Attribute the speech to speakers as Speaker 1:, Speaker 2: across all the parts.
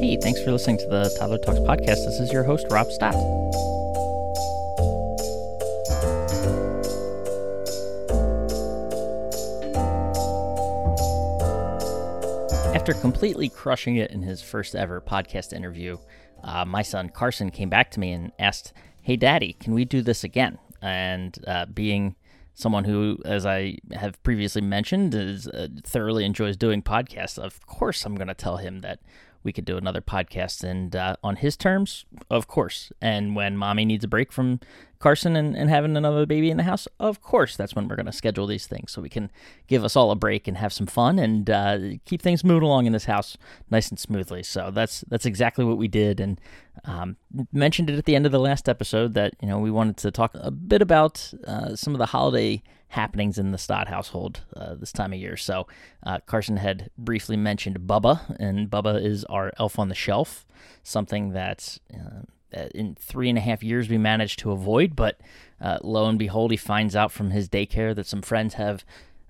Speaker 1: Hey, thanks for listening to the Toddler Talks podcast. This is your host, Rob Stott. After completely crushing it in his first ever podcast interview, uh, my son Carson came back to me and asked, Hey, Daddy, can we do this again? And uh, being someone who, as I have previously mentioned, is uh, thoroughly enjoys doing podcasts. Of course, I'm going to tell him that we could do another podcast, and uh, on his terms, of course. And when mommy needs a break from Carson and, and having another baby in the house, of course, that's when we're going to schedule these things so we can give us all a break and have some fun and uh, keep things moving along in this house nice and smoothly. So that's that's exactly what we did, and um, mentioned it at the end of the last episode that you know we wanted to talk a bit about uh, some of the holiday happenings in the Stott household uh, this time of year. So uh, Carson had briefly mentioned Bubba, and Bubba is our elf on the shelf, something that uh, in three and a half years we managed to avoid, but uh, lo and behold, he finds out from his daycare that some friends have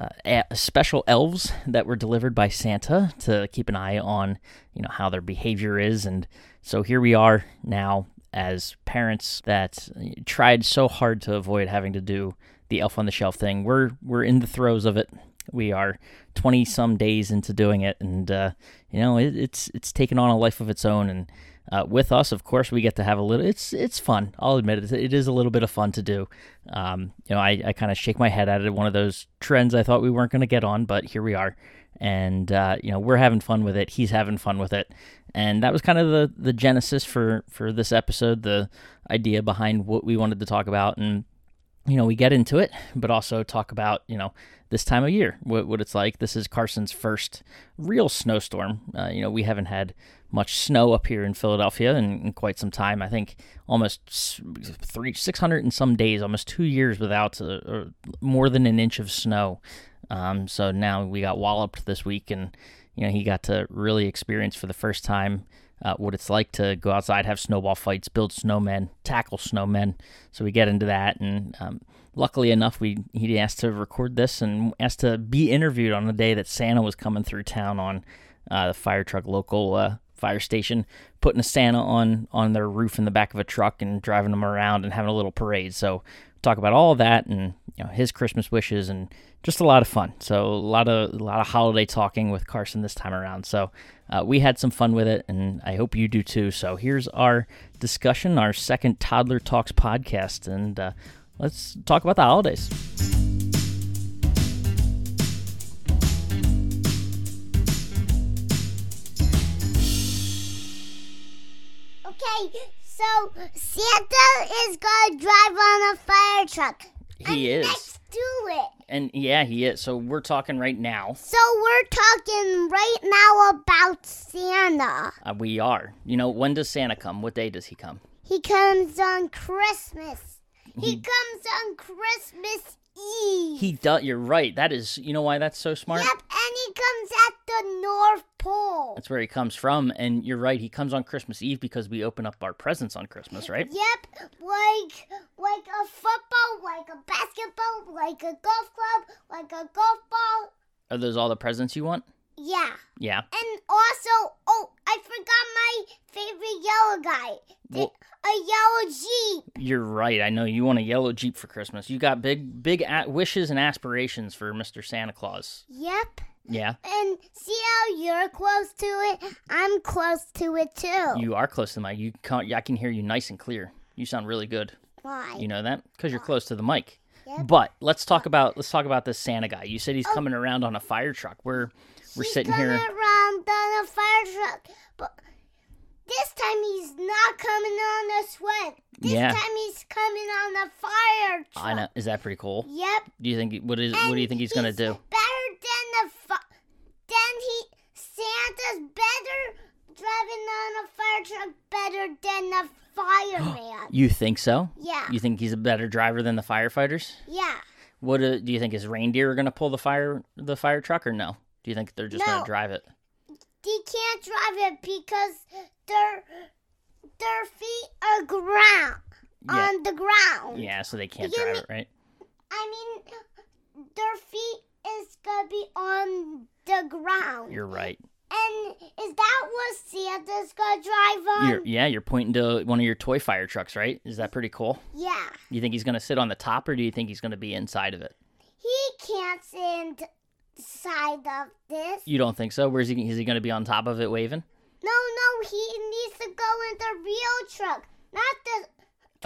Speaker 1: uh, a- special elves that were delivered by Santa to keep an eye on, you know, how their behavior is. And so here we are now as parents that uh, tried so hard to avoid having to do the elf on the shelf thing. We're we're in the throes of it. We are 20 some days into doing it and uh, you know, it, it's it's taken on a life of its own and uh, with us, of course, we get to have a little. It's it's fun. I'll admit it. It is a little bit of fun to do. Um, you know, I, I kind of shake my head at it. One of those trends I thought we weren't going to get on, but here we are, and uh, you know we're having fun with it. He's having fun with it, and that was kind of the the genesis for for this episode. The idea behind what we wanted to talk about and you know, we get into it, but also talk about, you know, this time of year, what, what it's like. This is Carson's first real snowstorm. Uh, you know, we haven't had much snow up here in Philadelphia in, in quite some time. I think almost s- three, 600 and some days, almost two years without uh, or more than an inch of snow. Um, so now we got walloped this week, and, you know, he got to really experience for the first time uh, what it's like to go outside, have snowball fights, build snowmen, tackle snowmen. So we get into that, and um, luckily enough, we he asked to record this and asked to be interviewed on the day that Santa was coming through town on uh, the fire truck local uh, fire station, putting a Santa on on their roof in the back of a truck and driving them around and having a little parade. So talk about all that and you know his Christmas wishes and just a lot of fun. So a lot of a lot of holiday talking with Carson this time around. So uh, we had some fun with it, and I hope you do too. So here's our discussion, our second Toddler Talks podcast, and uh, let's talk about the holidays.
Speaker 2: Okay, so Santa is gonna drive on a fire truck.
Speaker 1: He
Speaker 2: And
Speaker 1: is.
Speaker 2: Let's do it.
Speaker 1: And yeah, he is. So we're talking right now.
Speaker 2: So we're talking right now about Santa.
Speaker 1: Uh, we are. You know, when does Santa come? What day does he come?
Speaker 2: He comes on Christmas. He comes on Christmas Eve.
Speaker 1: He does. You're right. That is. You know why that's so smart.
Speaker 2: yep, and he comes at the North Pole.
Speaker 1: That's where he comes from. And you're right. He comes on Christmas Eve because we open up our presents on Christmas, right?
Speaker 2: Yep, like like a football, like a basketball, like a golf club, like a golf ball.
Speaker 1: Are those all the presents you want?
Speaker 2: Yeah.
Speaker 1: Yeah.
Speaker 2: And also, oh, I forgot my favorite yellow guy. The-
Speaker 1: Well-
Speaker 2: a yellow Jeep.
Speaker 1: You're right. I know you want a yellow Jeep for Christmas. You got big, big a- wishes and aspirations for Mr. Santa Claus.
Speaker 2: Yep.
Speaker 1: Yeah.
Speaker 2: And see how you're close to it? I'm close to it too.
Speaker 1: You are close to the mic. You can't, I can hear you nice and clear. You sound really good.
Speaker 2: Why?
Speaker 1: You know that because you're close to the mic.
Speaker 2: Yep. Oh.
Speaker 1: But let's talk about let's talk about this Santa guy. You said he's coming around on a fire truck. We're we're
Speaker 2: He's
Speaker 1: sitting
Speaker 2: coming
Speaker 1: here.
Speaker 2: around on a fire truck, but this time he's not coming on a sled. This
Speaker 1: Yeah.
Speaker 2: time he's coming on a fire truck.
Speaker 1: I know. Is that pretty cool?
Speaker 2: Yep.
Speaker 1: Do you think what is what do you
Speaker 2: And
Speaker 1: think he's gonna do?
Speaker 2: Better than the fu- than he Santa's better driving on a fire truck better than the fireman.
Speaker 1: You think so?
Speaker 2: yeah,
Speaker 1: You think he's a better driver than the firefighters?
Speaker 2: yeah.
Speaker 1: What uh, do, do you think his reindeer are gonna pull the fire the fire truck or no? Do you think they're just gonna
Speaker 2: No.
Speaker 1: drive it?
Speaker 2: They can't drive it because their their feet are ground
Speaker 1: Yeah.
Speaker 2: on the ground.
Speaker 1: Yeah, so they can't
Speaker 2: You
Speaker 1: drive
Speaker 2: mean-
Speaker 1: it, right?
Speaker 2: I mean, their feet is gonna be on the ground. um,
Speaker 1: You're right.
Speaker 2: And is that what Santa's gonna drive on.
Speaker 1: You're, yeah, you're pointing to one of your toy fire trucks, right? Is that pretty cool?
Speaker 2: yeah.
Speaker 1: You think he's going to sit on the top, or do you think he's going to be inside of it?
Speaker 2: He can't stand side of this.
Speaker 1: You don't think so? Where's he? Is he going to be on top of it waving?
Speaker 2: No, no, he needs to go in the real truck, not the.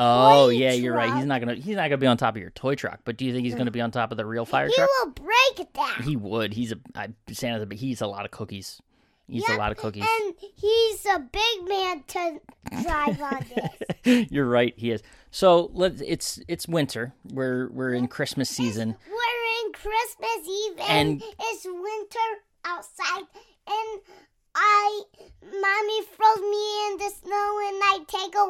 Speaker 1: Oh
Speaker 2: Toy
Speaker 1: yeah, you're right. He's
Speaker 2: truck.
Speaker 1: not gonna. He's not gonna be on top of your toy truck. But do you think he's gonna be on top of the real fire
Speaker 2: He
Speaker 1: truck?
Speaker 2: will break that.
Speaker 1: He would. He's a I, Santa's a. He's a lot of cookies. He's a
Speaker 2: Yep,
Speaker 1: lot of cookies.
Speaker 2: And he's a big man to drive on this.
Speaker 1: You're right. He is. So let it's it's winter. We're we're in Christmas season.
Speaker 2: We're in Christmas Eve
Speaker 1: And-
Speaker 2: and, it's winter outside and I mommy throws me in the snow and I take a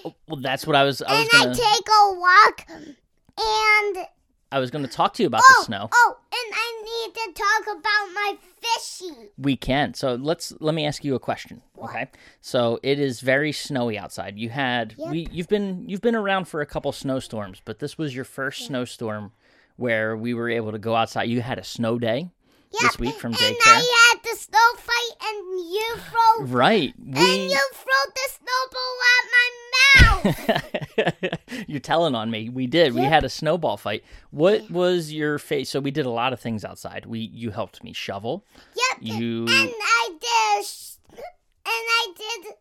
Speaker 2: walk
Speaker 1: Well, that's what I was. I was
Speaker 2: and I
Speaker 1: gonna.
Speaker 2: take a walk and
Speaker 1: I was gonna talk to you about
Speaker 2: oh,
Speaker 1: the snow.
Speaker 2: oh and I need to talk about my fishy.
Speaker 1: We can. So let's let me ask you a question. Okay. So it is very snowy outside. You had we you've been you've been around for a couple snowstorms, but this was your first snowstorm where we were able to go outside. You had a snow day this week from
Speaker 2: and
Speaker 1: daycare.
Speaker 2: I had the snow fight and you throw
Speaker 1: Right.
Speaker 2: and
Speaker 1: We
Speaker 2: you throw the snowball at my mouth.
Speaker 1: You're telling on me. We did. We had a snowball fight. What was your face? So we did a lot of things outside. We you helped me shovel.
Speaker 2: yep.
Speaker 1: You
Speaker 2: And I did, sh- and I did,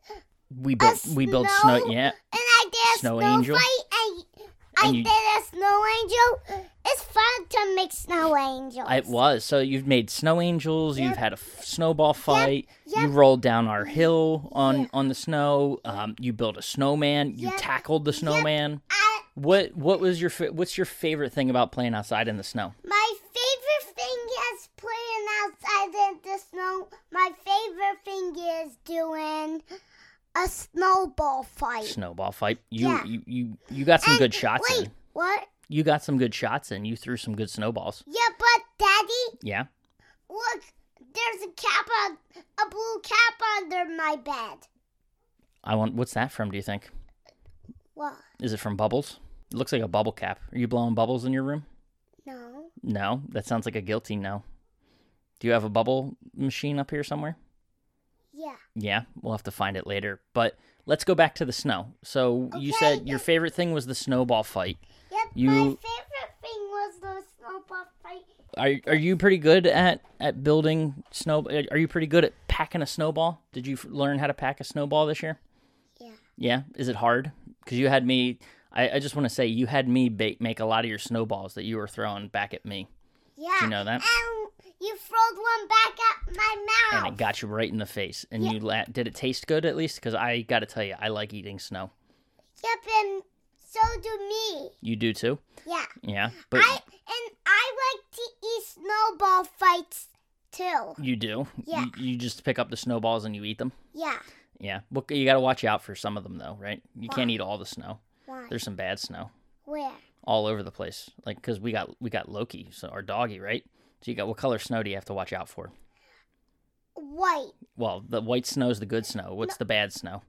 Speaker 1: we built we built snow.
Speaker 2: snow-
Speaker 1: Yeah.
Speaker 2: and I did a
Speaker 1: Snow
Speaker 2: snow,
Speaker 1: angel?
Speaker 2: fight, and I
Speaker 1: And you-
Speaker 2: did a snow angel. It's fun to make snow angels.
Speaker 1: It was. So you've made snow angels. You've had a f- snowball fight. You
Speaker 2: yep.
Speaker 1: rolled down our hill on on the snow. Um, you built a snowman. You
Speaker 2: Yep,
Speaker 1: tackled the snowman.
Speaker 2: I,
Speaker 1: What what was your fa- what's your favorite thing about playing outside in the snow?
Speaker 2: my favorite thing is playing outside in the snow. My favorite thing is doing a snowball fight.
Speaker 1: Snowball fight. You
Speaker 2: Yeah.
Speaker 1: you, you you got some
Speaker 2: And-
Speaker 1: good shots eh?
Speaker 2: Wait,
Speaker 1: in.
Speaker 2: what?
Speaker 1: You got some good shots in. You threw some good snowballs.
Speaker 2: Yeah, but Daddy,
Speaker 1: Yeah.
Speaker 2: look, there's a cap on, a blue cap under my bed.
Speaker 1: I want. What's that from? Do you think?
Speaker 2: Well,
Speaker 1: Is it from bubbles? It looks like a bubble cap. Are you blowing bubbles in your room?
Speaker 2: no.
Speaker 1: No, that sounds like a guilty no. Do you have a bubble machine up here somewhere?
Speaker 2: Yeah.
Speaker 1: Yeah, we'll have to find it later. But let's go back to the snow. So you
Speaker 2: Okay.
Speaker 1: said your favorite thing was the snowball fight.
Speaker 2: Yep. My
Speaker 1: You-
Speaker 2: favorite thing was the snowball fight.
Speaker 1: Are are you pretty good at at building snow? Are you pretty good at packing a snowball? Did you f- learn how to pack a snowball this year?
Speaker 2: Yeah.
Speaker 1: Yeah. Is it hard? Because you had me. I, I just want to say you had me ba- make a lot of your snowballs that you were throwing back at me,
Speaker 2: Yeah.
Speaker 1: you know that?
Speaker 2: And you throwed one back at my
Speaker 1: and
Speaker 2: mouth.
Speaker 1: it got you right in the face. And you la- did it taste good at least? Because I got to tell you, I like eating snow.
Speaker 2: yep, and so do me.
Speaker 1: You do too.
Speaker 2: Yeah.
Speaker 1: Yeah, but
Speaker 2: I and I like to eat snowball fights too.
Speaker 1: you do.
Speaker 2: Yeah.
Speaker 1: You, you just pick up the snowballs and you eat them.
Speaker 2: Yeah.
Speaker 1: Yeah. Well, you got to watch out for some of them though, right? You can't eat all the snow.
Speaker 2: Why?
Speaker 1: There's some bad snow
Speaker 2: Where?
Speaker 1: all over the place. Like cuz we got we got Loki, so our doggy, right? So you got what color snow do you have to watch out for?
Speaker 2: White.
Speaker 1: Well, the white snow is the good snow. What's the bad snow?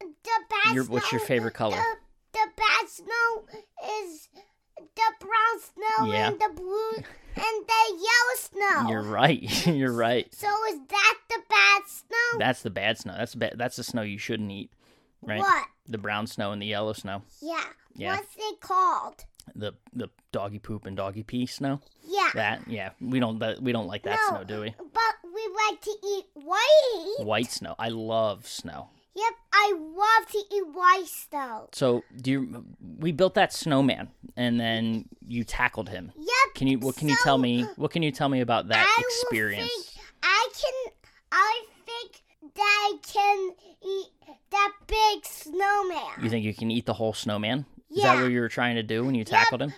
Speaker 2: The bad
Speaker 1: Your
Speaker 2: snow.
Speaker 1: what's your favorite color?
Speaker 2: The, the bad snow is the brown snow
Speaker 1: Yeah.
Speaker 2: and the blue and the yellow snow.
Speaker 1: You're right. You're right.
Speaker 2: So is that the bad snow?
Speaker 1: That's the bad snow. That's bad. That's the snow you shouldn't eat, right?
Speaker 2: What?
Speaker 1: The brown snow and the yellow snow.
Speaker 2: Yeah.
Speaker 1: Yeah.
Speaker 2: What's it called?
Speaker 1: The the doggy poop and doggy pee snow.
Speaker 2: Yeah.
Speaker 1: That yeah, we don't that, we don't like that
Speaker 2: No.
Speaker 1: snow, do we?
Speaker 2: But we like to eat white.
Speaker 1: White snow. I love snow.
Speaker 2: Yep, I love to eat white snow.
Speaker 1: So do you, we built that snowman, and then you tackled him.
Speaker 2: Yep.
Speaker 1: Can you what can you
Speaker 2: so
Speaker 1: tell me? What can you tell me about that
Speaker 2: I will
Speaker 1: experience?
Speaker 2: think I can. I think that I can eat that big snowman.
Speaker 1: You think you can eat the whole snowman? Is that
Speaker 2: Yeah.
Speaker 1: what you were trying to do when you tackled him?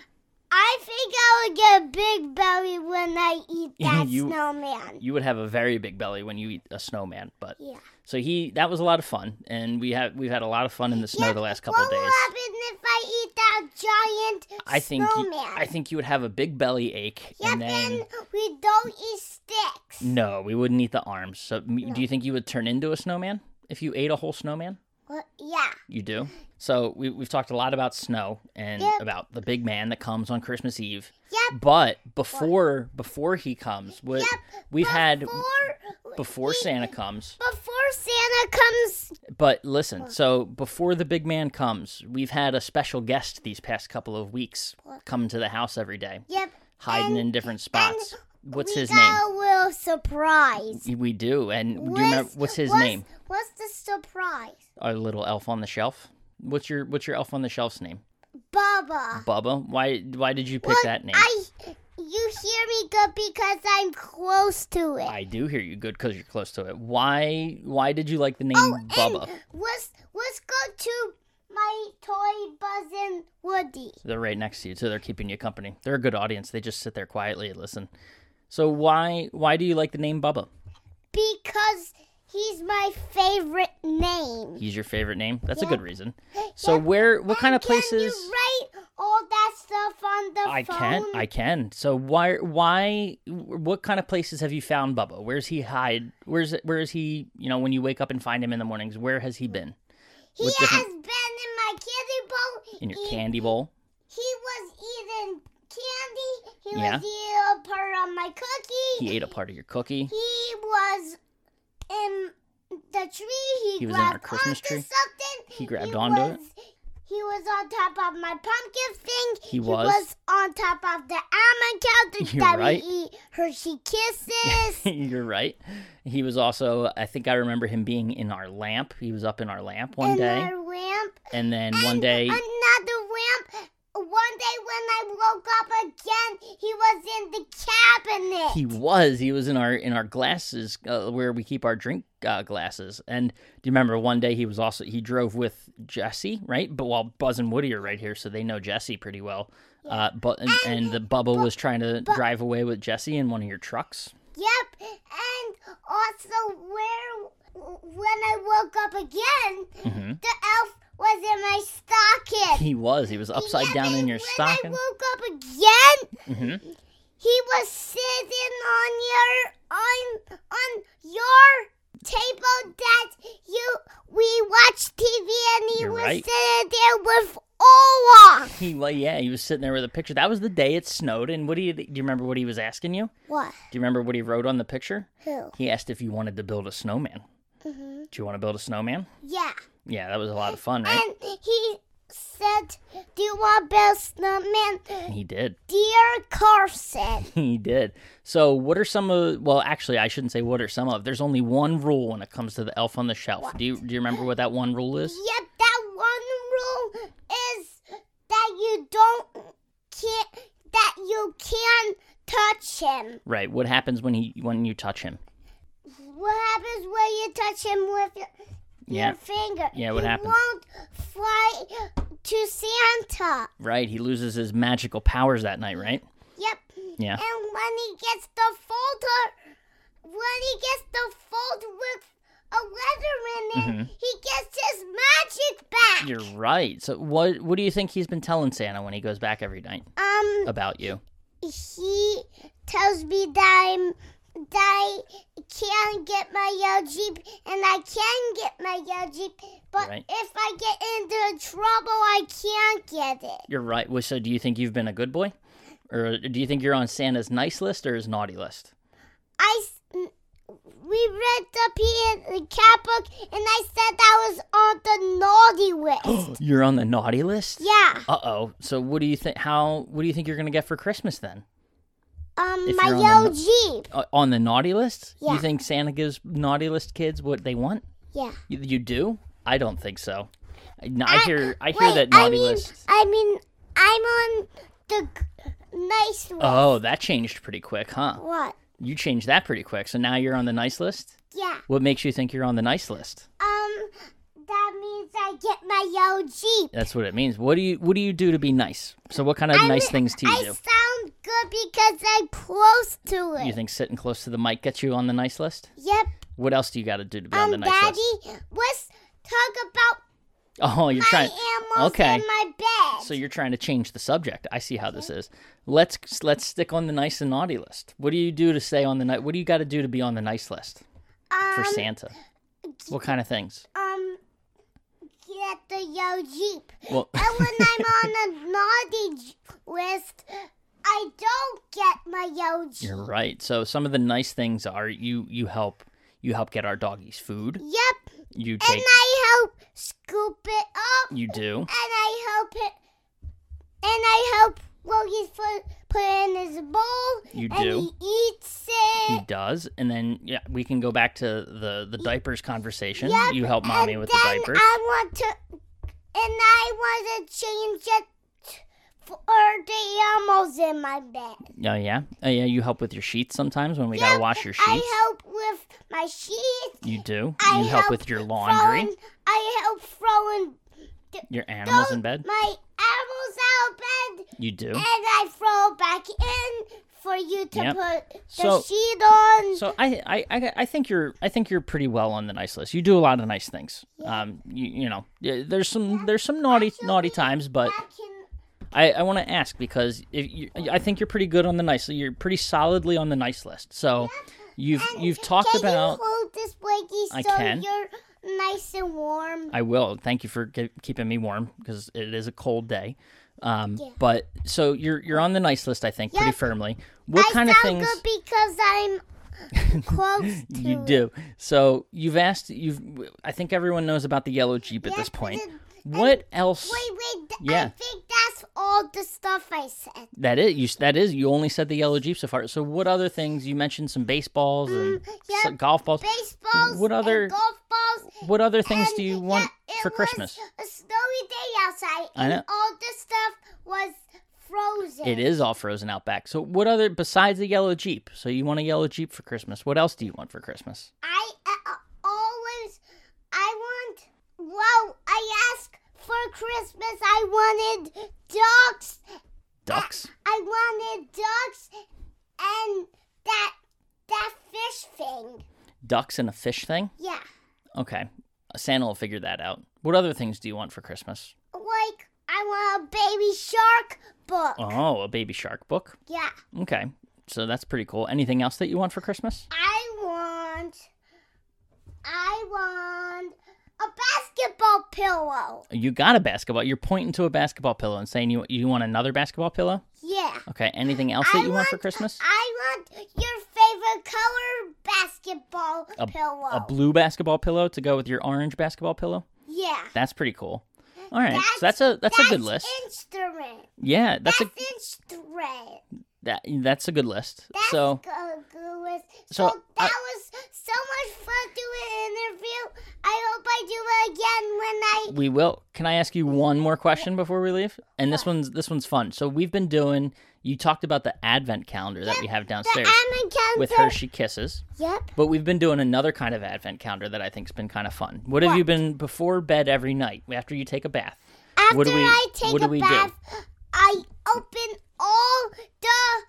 Speaker 2: I think I would get a big belly when I eat that
Speaker 1: You-
Speaker 2: snowman.
Speaker 1: You would have a very big belly when you eat a snowman, but
Speaker 2: Yeah.
Speaker 1: so he that was a lot of fun, and we have we've had a lot of fun in the snow
Speaker 2: Yep,
Speaker 1: the last couple
Speaker 2: what
Speaker 1: days.
Speaker 2: will happen if I eat that giant
Speaker 1: I think you,
Speaker 2: snowman?
Speaker 1: I think you would have a big belly ache,
Speaker 2: Yep,
Speaker 1: and then
Speaker 2: and we don't eat sticks.
Speaker 1: no, we wouldn't eat the arms. So m do you think you would turn into a snowman if you ate a whole snowman?
Speaker 2: Well, yeah.
Speaker 1: You do. So we, we've talked a lot about snow and
Speaker 2: Yep.
Speaker 1: about the big man that comes on Christmas Eve.
Speaker 2: Yep.
Speaker 1: But before before he comes, what
Speaker 2: Yep,
Speaker 1: we've had
Speaker 2: Before
Speaker 1: before Santa comes.
Speaker 2: Before Santa comes,
Speaker 1: But listen, so before the big man comes, we've had a special guest these past couple of weeks come to the house every day,
Speaker 2: yep.
Speaker 1: hiding
Speaker 2: and
Speaker 1: in different spots. What's
Speaker 2: we
Speaker 1: his
Speaker 2: got a little surprise.
Speaker 1: name? We do, and do you remember what's his name?
Speaker 2: What's the surprise?
Speaker 1: Our little elf on the shelf. What's your what's your elf on the shelf's name?
Speaker 2: Bubba.
Speaker 1: Bubba. Why why did you pick
Speaker 2: Look,
Speaker 1: that name?
Speaker 2: I, you hear me good because I'm close to it.
Speaker 1: I do hear you good because you're close to it. Why why did you like the name Bubba?
Speaker 2: Oh, And let's let's go to my toy Buzz and Woody.
Speaker 1: They're right next to you, so they're keeping you company. They're a good audience. They just sit there quietly and listen. So why why do you like the name Bubba?
Speaker 2: Because he's my favorite name.
Speaker 1: He's your favorite name. That's a good reason. So
Speaker 2: Yeah.
Speaker 1: where what kind of
Speaker 2: Can
Speaker 1: places
Speaker 2: you write all that stuff on the
Speaker 1: I
Speaker 2: phone?
Speaker 1: can I can. So why why what kind of places have you found Bubba? Where's he hide? Where's where is he, you know, when you wake up and find him in the mornings, where has he been?
Speaker 2: He
Speaker 1: What
Speaker 2: has
Speaker 1: different-
Speaker 2: been in my candy bowl.
Speaker 1: In your
Speaker 2: He-
Speaker 1: candy bowl?
Speaker 2: He was eating candy. He
Speaker 1: Yeah.
Speaker 2: was eating a part of my cookie.
Speaker 1: He ate a part of your cookie.
Speaker 2: He was in the tree. He,
Speaker 1: He was in our
Speaker 2: grabbed
Speaker 1: Christmas
Speaker 2: onto
Speaker 1: tree.
Speaker 2: something.
Speaker 1: He grabbed onto it.
Speaker 2: it. He was on top of my pumpkin thing.
Speaker 1: He was.
Speaker 2: on top of the almond counter
Speaker 1: You're
Speaker 2: that
Speaker 1: right.
Speaker 2: we eat Hershey Kisses.
Speaker 1: You're right. He was also I think I remember him being in our lamp. He was up in our lamp one
Speaker 2: and
Speaker 1: day.
Speaker 2: our lamp.
Speaker 1: And then one
Speaker 2: And
Speaker 1: day
Speaker 2: Another lamp. One day when I woke up again, he was in the cabinet.
Speaker 1: He was. He was in our in our glasses uh, where we keep our drink uh, glasses. And do you remember one day he was also he drove with Jesse, right? But while Buzz and Woody are right here, so they know Jesse pretty well. Uh, but and, and the Bubba was trying to drive away with Jesse in one of your trucks.
Speaker 2: Yep, and also where when I woke up again, the elf was in my stocking.
Speaker 1: Mm-hmm. He was. He was upside
Speaker 2: Yep,
Speaker 1: down in
Speaker 2: and
Speaker 1: your
Speaker 2: when
Speaker 1: stocking.
Speaker 2: I woke up again,
Speaker 1: Mhm.
Speaker 2: he was sitting on your on on your table that you we watched TV, and he
Speaker 1: You're
Speaker 2: was
Speaker 1: right.
Speaker 2: sitting there with Olaf.
Speaker 1: He was. Yeah, he was sitting there with a picture. That was the day it snowed. And what do you do? You remember what he was asking you?
Speaker 2: What?
Speaker 1: Do you remember what he wrote on the picture?
Speaker 2: Who?
Speaker 1: He asked if you wanted to build a snowman.
Speaker 2: hmm
Speaker 1: Do you want to build a snowman?
Speaker 2: Yeah.
Speaker 1: Yeah, that was a lot of fun, right?
Speaker 2: And he said, "Do you want best snowman?"
Speaker 1: He did.
Speaker 2: Dear Carson,
Speaker 1: He did. So, what are some of? Well, actually, I shouldn't say what are some of. There's only one rule when it comes to the Elf on the Shelf. Do you do you remember what that one rule is?
Speaker 2: yep, that one rule is that you don't can't that you can't touch him.
Speaker 1: Right. What happens when he when you touch him?
Speaker 2: What happens when you touch him with your,
Speaker 1: Yeah.
Speaker 2: your finger?
Speaker 1: Yeah, what
Speaker 2: he
Speaker 1: happens?
Speaker 2: won't fly to Santa.
Speaker 1: Right. He loses his magical powers that night. Right.
Speaker 2: Yep.
Speaker 1: Yeah.
Speaker 2: And when he gets the folder, when he gets the fold with a letter in it, he gets his magic back.
Speaker 1: Mm-hmm. You're right. So, what what do you think he's been telling Santa when he goes back every night
Speaker 2: um.
Speaker 1: about you?
Speaker 2: he tells me that I'm that I can get my yellow jeep and I can get my yellow jeep, but
Speaker 1: Right.
Speaker 2: if I get into trouble, I can't get it.
Speaker 1: You're right. Well, so, do you think you've been a good boy, or do you think you're on Santa's nice list or his naughty list?
Speaker 2: I s- we read the P in the cat book and I said that was on the naughty list.
Speaker 1: you're on the naughty list.
Speaker 2: yeah,
Speaker 1: Uh oh. So what do you think? How? What do you think you're gonna get for Christmas then?
Speaker 2: um,
Speaker 1: If
Speaker 2: my
Speaker 1: you're on the
Speaker 2: yellow
Speaker 1: na-
Speaker 2: jeep.
Speaker 1: Uh, on the naughty list?
Speaker 2: Yeah.
Speaker 1: You think Santa gives naughty list kids what they want?
Speaker 2: Yeah.
Speaker 1: You, you do? I don't think so. I, no, I hear. I hear
Speaker 2: Wait,
Speaker 1: that
Speaker 2: I
Speaker 1: naughty
Speaker 2: mean,
Speaker 1: list.
Speaker 2: I mean, I'm on the g- nice list.
Speaker 1: Oh, that changed pretty quick, huh?
Speaker 2: what?
Speaker 1: You changed that pretty quick. So now you're on the nice list.
Speaker 2: Yeah.
Speaker 1: What makes you think you're on the nice list?
Speaker 2: Um, that means I get my yellow Jeep.
Speaker 1: That's what it means. What do you What do you do to be nice? So what kind of nice things do you
Speaker 2: I
Speaker 1: do?
Speaker 2: sound good because I'm close to it.
Speaker 1: You think sitting close to the mic gets you on the nice list?
Speaker 2: yip.
Speaker 1: What else do you got to do to be on the
Speaker 2: Um,
Speaker 1: nice
Speaker 2: Daddy,
Speaker 1: list?
Speaker 2: let's talk about
Speaker 1: Oh, you're
Speaker 2: my
Speaker 1: trying.
Speaker 2: animals
Speaker 1: okay.
Speaker 2: in my bed.
Speaker 1: So you're trying to change the subject. I see how this is. Let's let's stick on the nice and naughty list. What do you do to stay on the night? What do you got to do to be on the nice list for
Speaker 2: um,
Speaker 1: Santa? What kind of things?
Speaker 2: um, get the yellow Jeep.
Speaker 1: Well,
Speaker 2: And when I'm on the naughty j- list, I don't get my yellow Jeep.
Speaker 1: you're right. So some of the nice things are you you help You help get our doggies food.
Speaker 2: Yep.
Speaker 1: You
Speaker 2: And
Speaker 1: take.
Speaker 2: I help scoop it up.
Speaker 1: You do.
Speaker 2: And I help it. And I help Logan's foot put it in his bowl.
Speaker 1: You
Speaker 2: and
Speaker 1: do.
Speaker 2: he eats
Speaker 1: He
Speaker 2: it.
Speaker 1: does, and then yeah, we can go back to the the diapers conversation.
Speaker 2: Yep,
Speaker 1: You help mommy
Speaker 2: and
Speaker 1: with the
Speaker 2: then
Speaker 1: diapers.
Speaker 2: I want to. And I want to change it for the animals in my bed.
Speaker 1: Oh yeah, oh yeah. You help with your sheets sometimes when we
Speaker 2: Yep,
Speaker 1: gotta wash your sheets.
Speaker 2: I help with my sheets.
Speaker 1: you do.
Speaker 2: I
Speaker 1: you help,
Speaker 2: help
Speaker 1: with your laundry.
Speaker 2: Throwing, I help throwing
Speaker 1: Your animals
Speaker 2: those-
Speaker 1: in bed.
Speaker 2: my animals out of bed,
Speaker 1: You do.
Speaker 2: and I throw back in for you to
Speaker 1: Yep.
Speaker 2: put the
Speaker 1: So-
Speaker 2: sheet on.
Speaker 1: So I, I, I, I think you're I think you're pretty well on the nice list. You do a lot of nice things. Um, you, you know, yeah, there's some there's some naughty naughty times, but
Speaker 2: I can,
Speaker 1: I, I want to ask because if you, I think you're pretty good on the nice. You're pretty solidly on the nice list. So you've you've talked
Speaker 2: can
Speaker 1: about.
Speaker 2: you hold this Wakey so
Speaker 1: I can.
Speaker 2: you're nice and warm?
Speaker 1: I will. Thank you for ge- keeping me warm because it is a cold day. Um,
Speaker 2: Yeah.
Speaker 1: but so you're you're on the nice list, I think, pretty
Speaker 2: Yep.
Speaker 1: firmly. What
Speaker 2: I
Speaker 1: kind of
Speaker 2: sound
Speaker 1: things
Speaker 2: good because I'm close to
Speaker 1: you
Speaker 2: it.
Speaker 1: do? So you've asked. You've. I think everyone knows about the yellow jeep at
Speaker 2: Yep,
Speaker 1: this point.
Speaker 2: and-
Speaker 1: What else?
Speaker 2: Wait, wait. th-
Speaker 1: Yeah.
Speaker 2: I think that's all the stuff I said.
Speaker 1: That is you. That is you. Only said the yellow jeep so far. So what other things? You mentioned some baseballs and
Speaker 2: yep.
Speaker 1: some golf balls.
Speaker 2: Baseballs.
Speaker 1: What other-
Speaker 2: And golf balls.
Speaker 1: What other things
Speaker 2: And,
Speaker 1: do you
Speaker 2: yeah,
Speaker 1: want
Speaker 2: it
Speaker 1: for
Speaker 2: was
Speaker 1: Christmas?
Speaker 2: A snowy day outside,
Speaker 1: I
Speaker 2: and
Speaker 1: know.
Speaker 2: all the stuff was frozen.
Speaker 1: It is all frozen out back. So what other besides the yellow jeep? So you want a yellow jeep for Christmas? What else do you want for Christmas?
Speaker 2: I uh, always, I want. Well, I asked for Christmas. I wanted ducks.
Speaker 1: Ducks.
Speaker 2: I wanted ducks, and that that fish thing.
Speaker 1: ducks and a fish thing?
Speaker 2: Yeah,
Speaker 1: Okay. Santa will figure that out. What other things do you want for Christmas?
Speaker 2: like I want a baby shark book.
Speaker 1: Oh, a baby shark book.
Speaker 2: Yeah,
Speaker 1: Okay. So that's pretty cool. Anything else that you want for Christmas?
Speaker 2: I want. I want a basketball pillow.
Speaker 1: You got a basketball. You're pointing to a basketball pillow and saying you you want another basketball pillow?
Speaker 2: Yeah.
Speaker 1: Okay. Anything else that
Speaker 2: I
Speaker 1: you want for
Speaker 2: want
Speaker 1: Christmas?
Speaker 2: I want your favorite color basketball pillow.
Speaker 1: A blue basketball pillow to go with your orange basketball pillow?
Speaker 2: yeah.
Speaker 1: That's pretty cool. All right. so that's a that's, a good list.
Speaker 2: Instrument.
Speaker 1: Yeah, that's
Speaker 2: That's,
Speaker 1: a
Speaker 2: instrument.
Speaker 1: that, that's a good list.
Speaker 2: That's
Speaker 1: so
Speaker 2: a good list.
Speaker 1: so
Speaker 2: So,
Speaker 1: I-
Speaker 2: that was so much fun doing an interview. I hope I do it again when I
Speaker 1: We will. Can I ask you one more question before we leave? And this one's this one's fun. So we've been doing. You talked about the advent calendar that we have
Speaker 2: the
Speaker 1: downstairs
Speaker 2: admin calendar.
Speaker 1: with Hershey Kisses,
Speaker 2: Yep.
Speaker 1: but we've been doing another kind of advent calendar that I think's been kind of fun. What have you been before bed every night after you take a bath?
Speaker 2: After
Speaker 1: What do we-
Speaker 2: I take
Speaker 1: what do
Speaker 2: a
Speaker 1: we do?
Speaker 2: bath, I open all the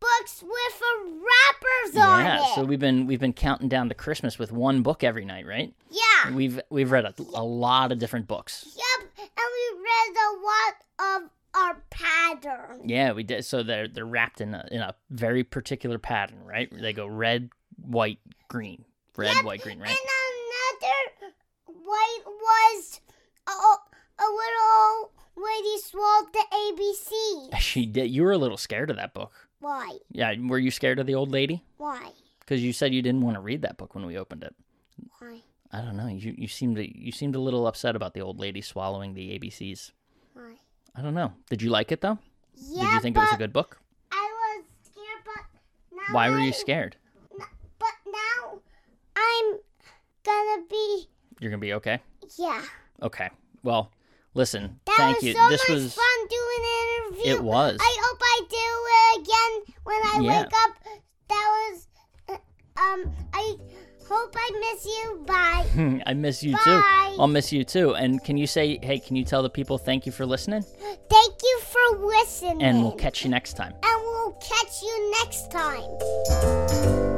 Speaker 2: books with a wrappers on
Speaker 1: yeah.
Speaker 2: it.
Speaker 1: So we've been we've been counting down to Christmas with one book every night, right?
Speaker 2: yeah.
Speaker 1: We've we've read a, a lot of different books.
Speaker 2: Yep. And we read a lot of our patterns.
Speaker 1: Yeah, we did. So they're they're wrapped in a in a very particular pattern, right? They go red, white, green, red, white, green, right?
Speaker 2: And another white was a, a little old lady swallowed the ABC.
Speaker 1: She did. You were a little scared of that book.
Speaker 2: Why?
Speaker 1: Yeah, were you scared of the old lady?
Speaker 2: Why?
Speaker 1: Because you said you didn't want to read that book when we opened it.
Speaker 2: Why?
Speaker 1: I don't know. You you seemed you seemed a little upset about the old lady swallowing the ABCs.
Speaker 2: Why?
Speaker 1: I don't know. Did you like it though?
Speaker 2: Yeah,
Speaker 1: did you think it
Speaker 2: but
Speaker 1: was a good book?
Speaker 2: I was scared, but now
Speaker 1: Why were you
Speaker 2: I-
Speaker 1: scared?
Speaker 2: But now I'm gonna be
Speaker 1: You're gonna be okay.
Speaker 2: yeah.
Speaker 1: Okay. Well, listen.
Speaker 2: That
Speaker 1: thank
Speaker 2: was
Speaker 1: you.
Speaker 2: so
Speaker 1: this
Speaker 2: much
Speaker 1: was
Speaker 2: fun doing an interview.
Speaker 1: it was.
Speaker 2: I hope I do it again when I
Speaker 1: Yeah.
Speaker 2: wake up. That was um. I hope I miss you. Bye.
Speaker 1: I miss you too. Um,
Speaker 2: Bye.
Speaker 1: I'll miss you too. And can you say, hey, can you tell the people thank you for listening?
Speaker 2: Thank you for listening.
Speaker 1: And we'll catch you next time.
Speaker 2: and we'll catch you next time.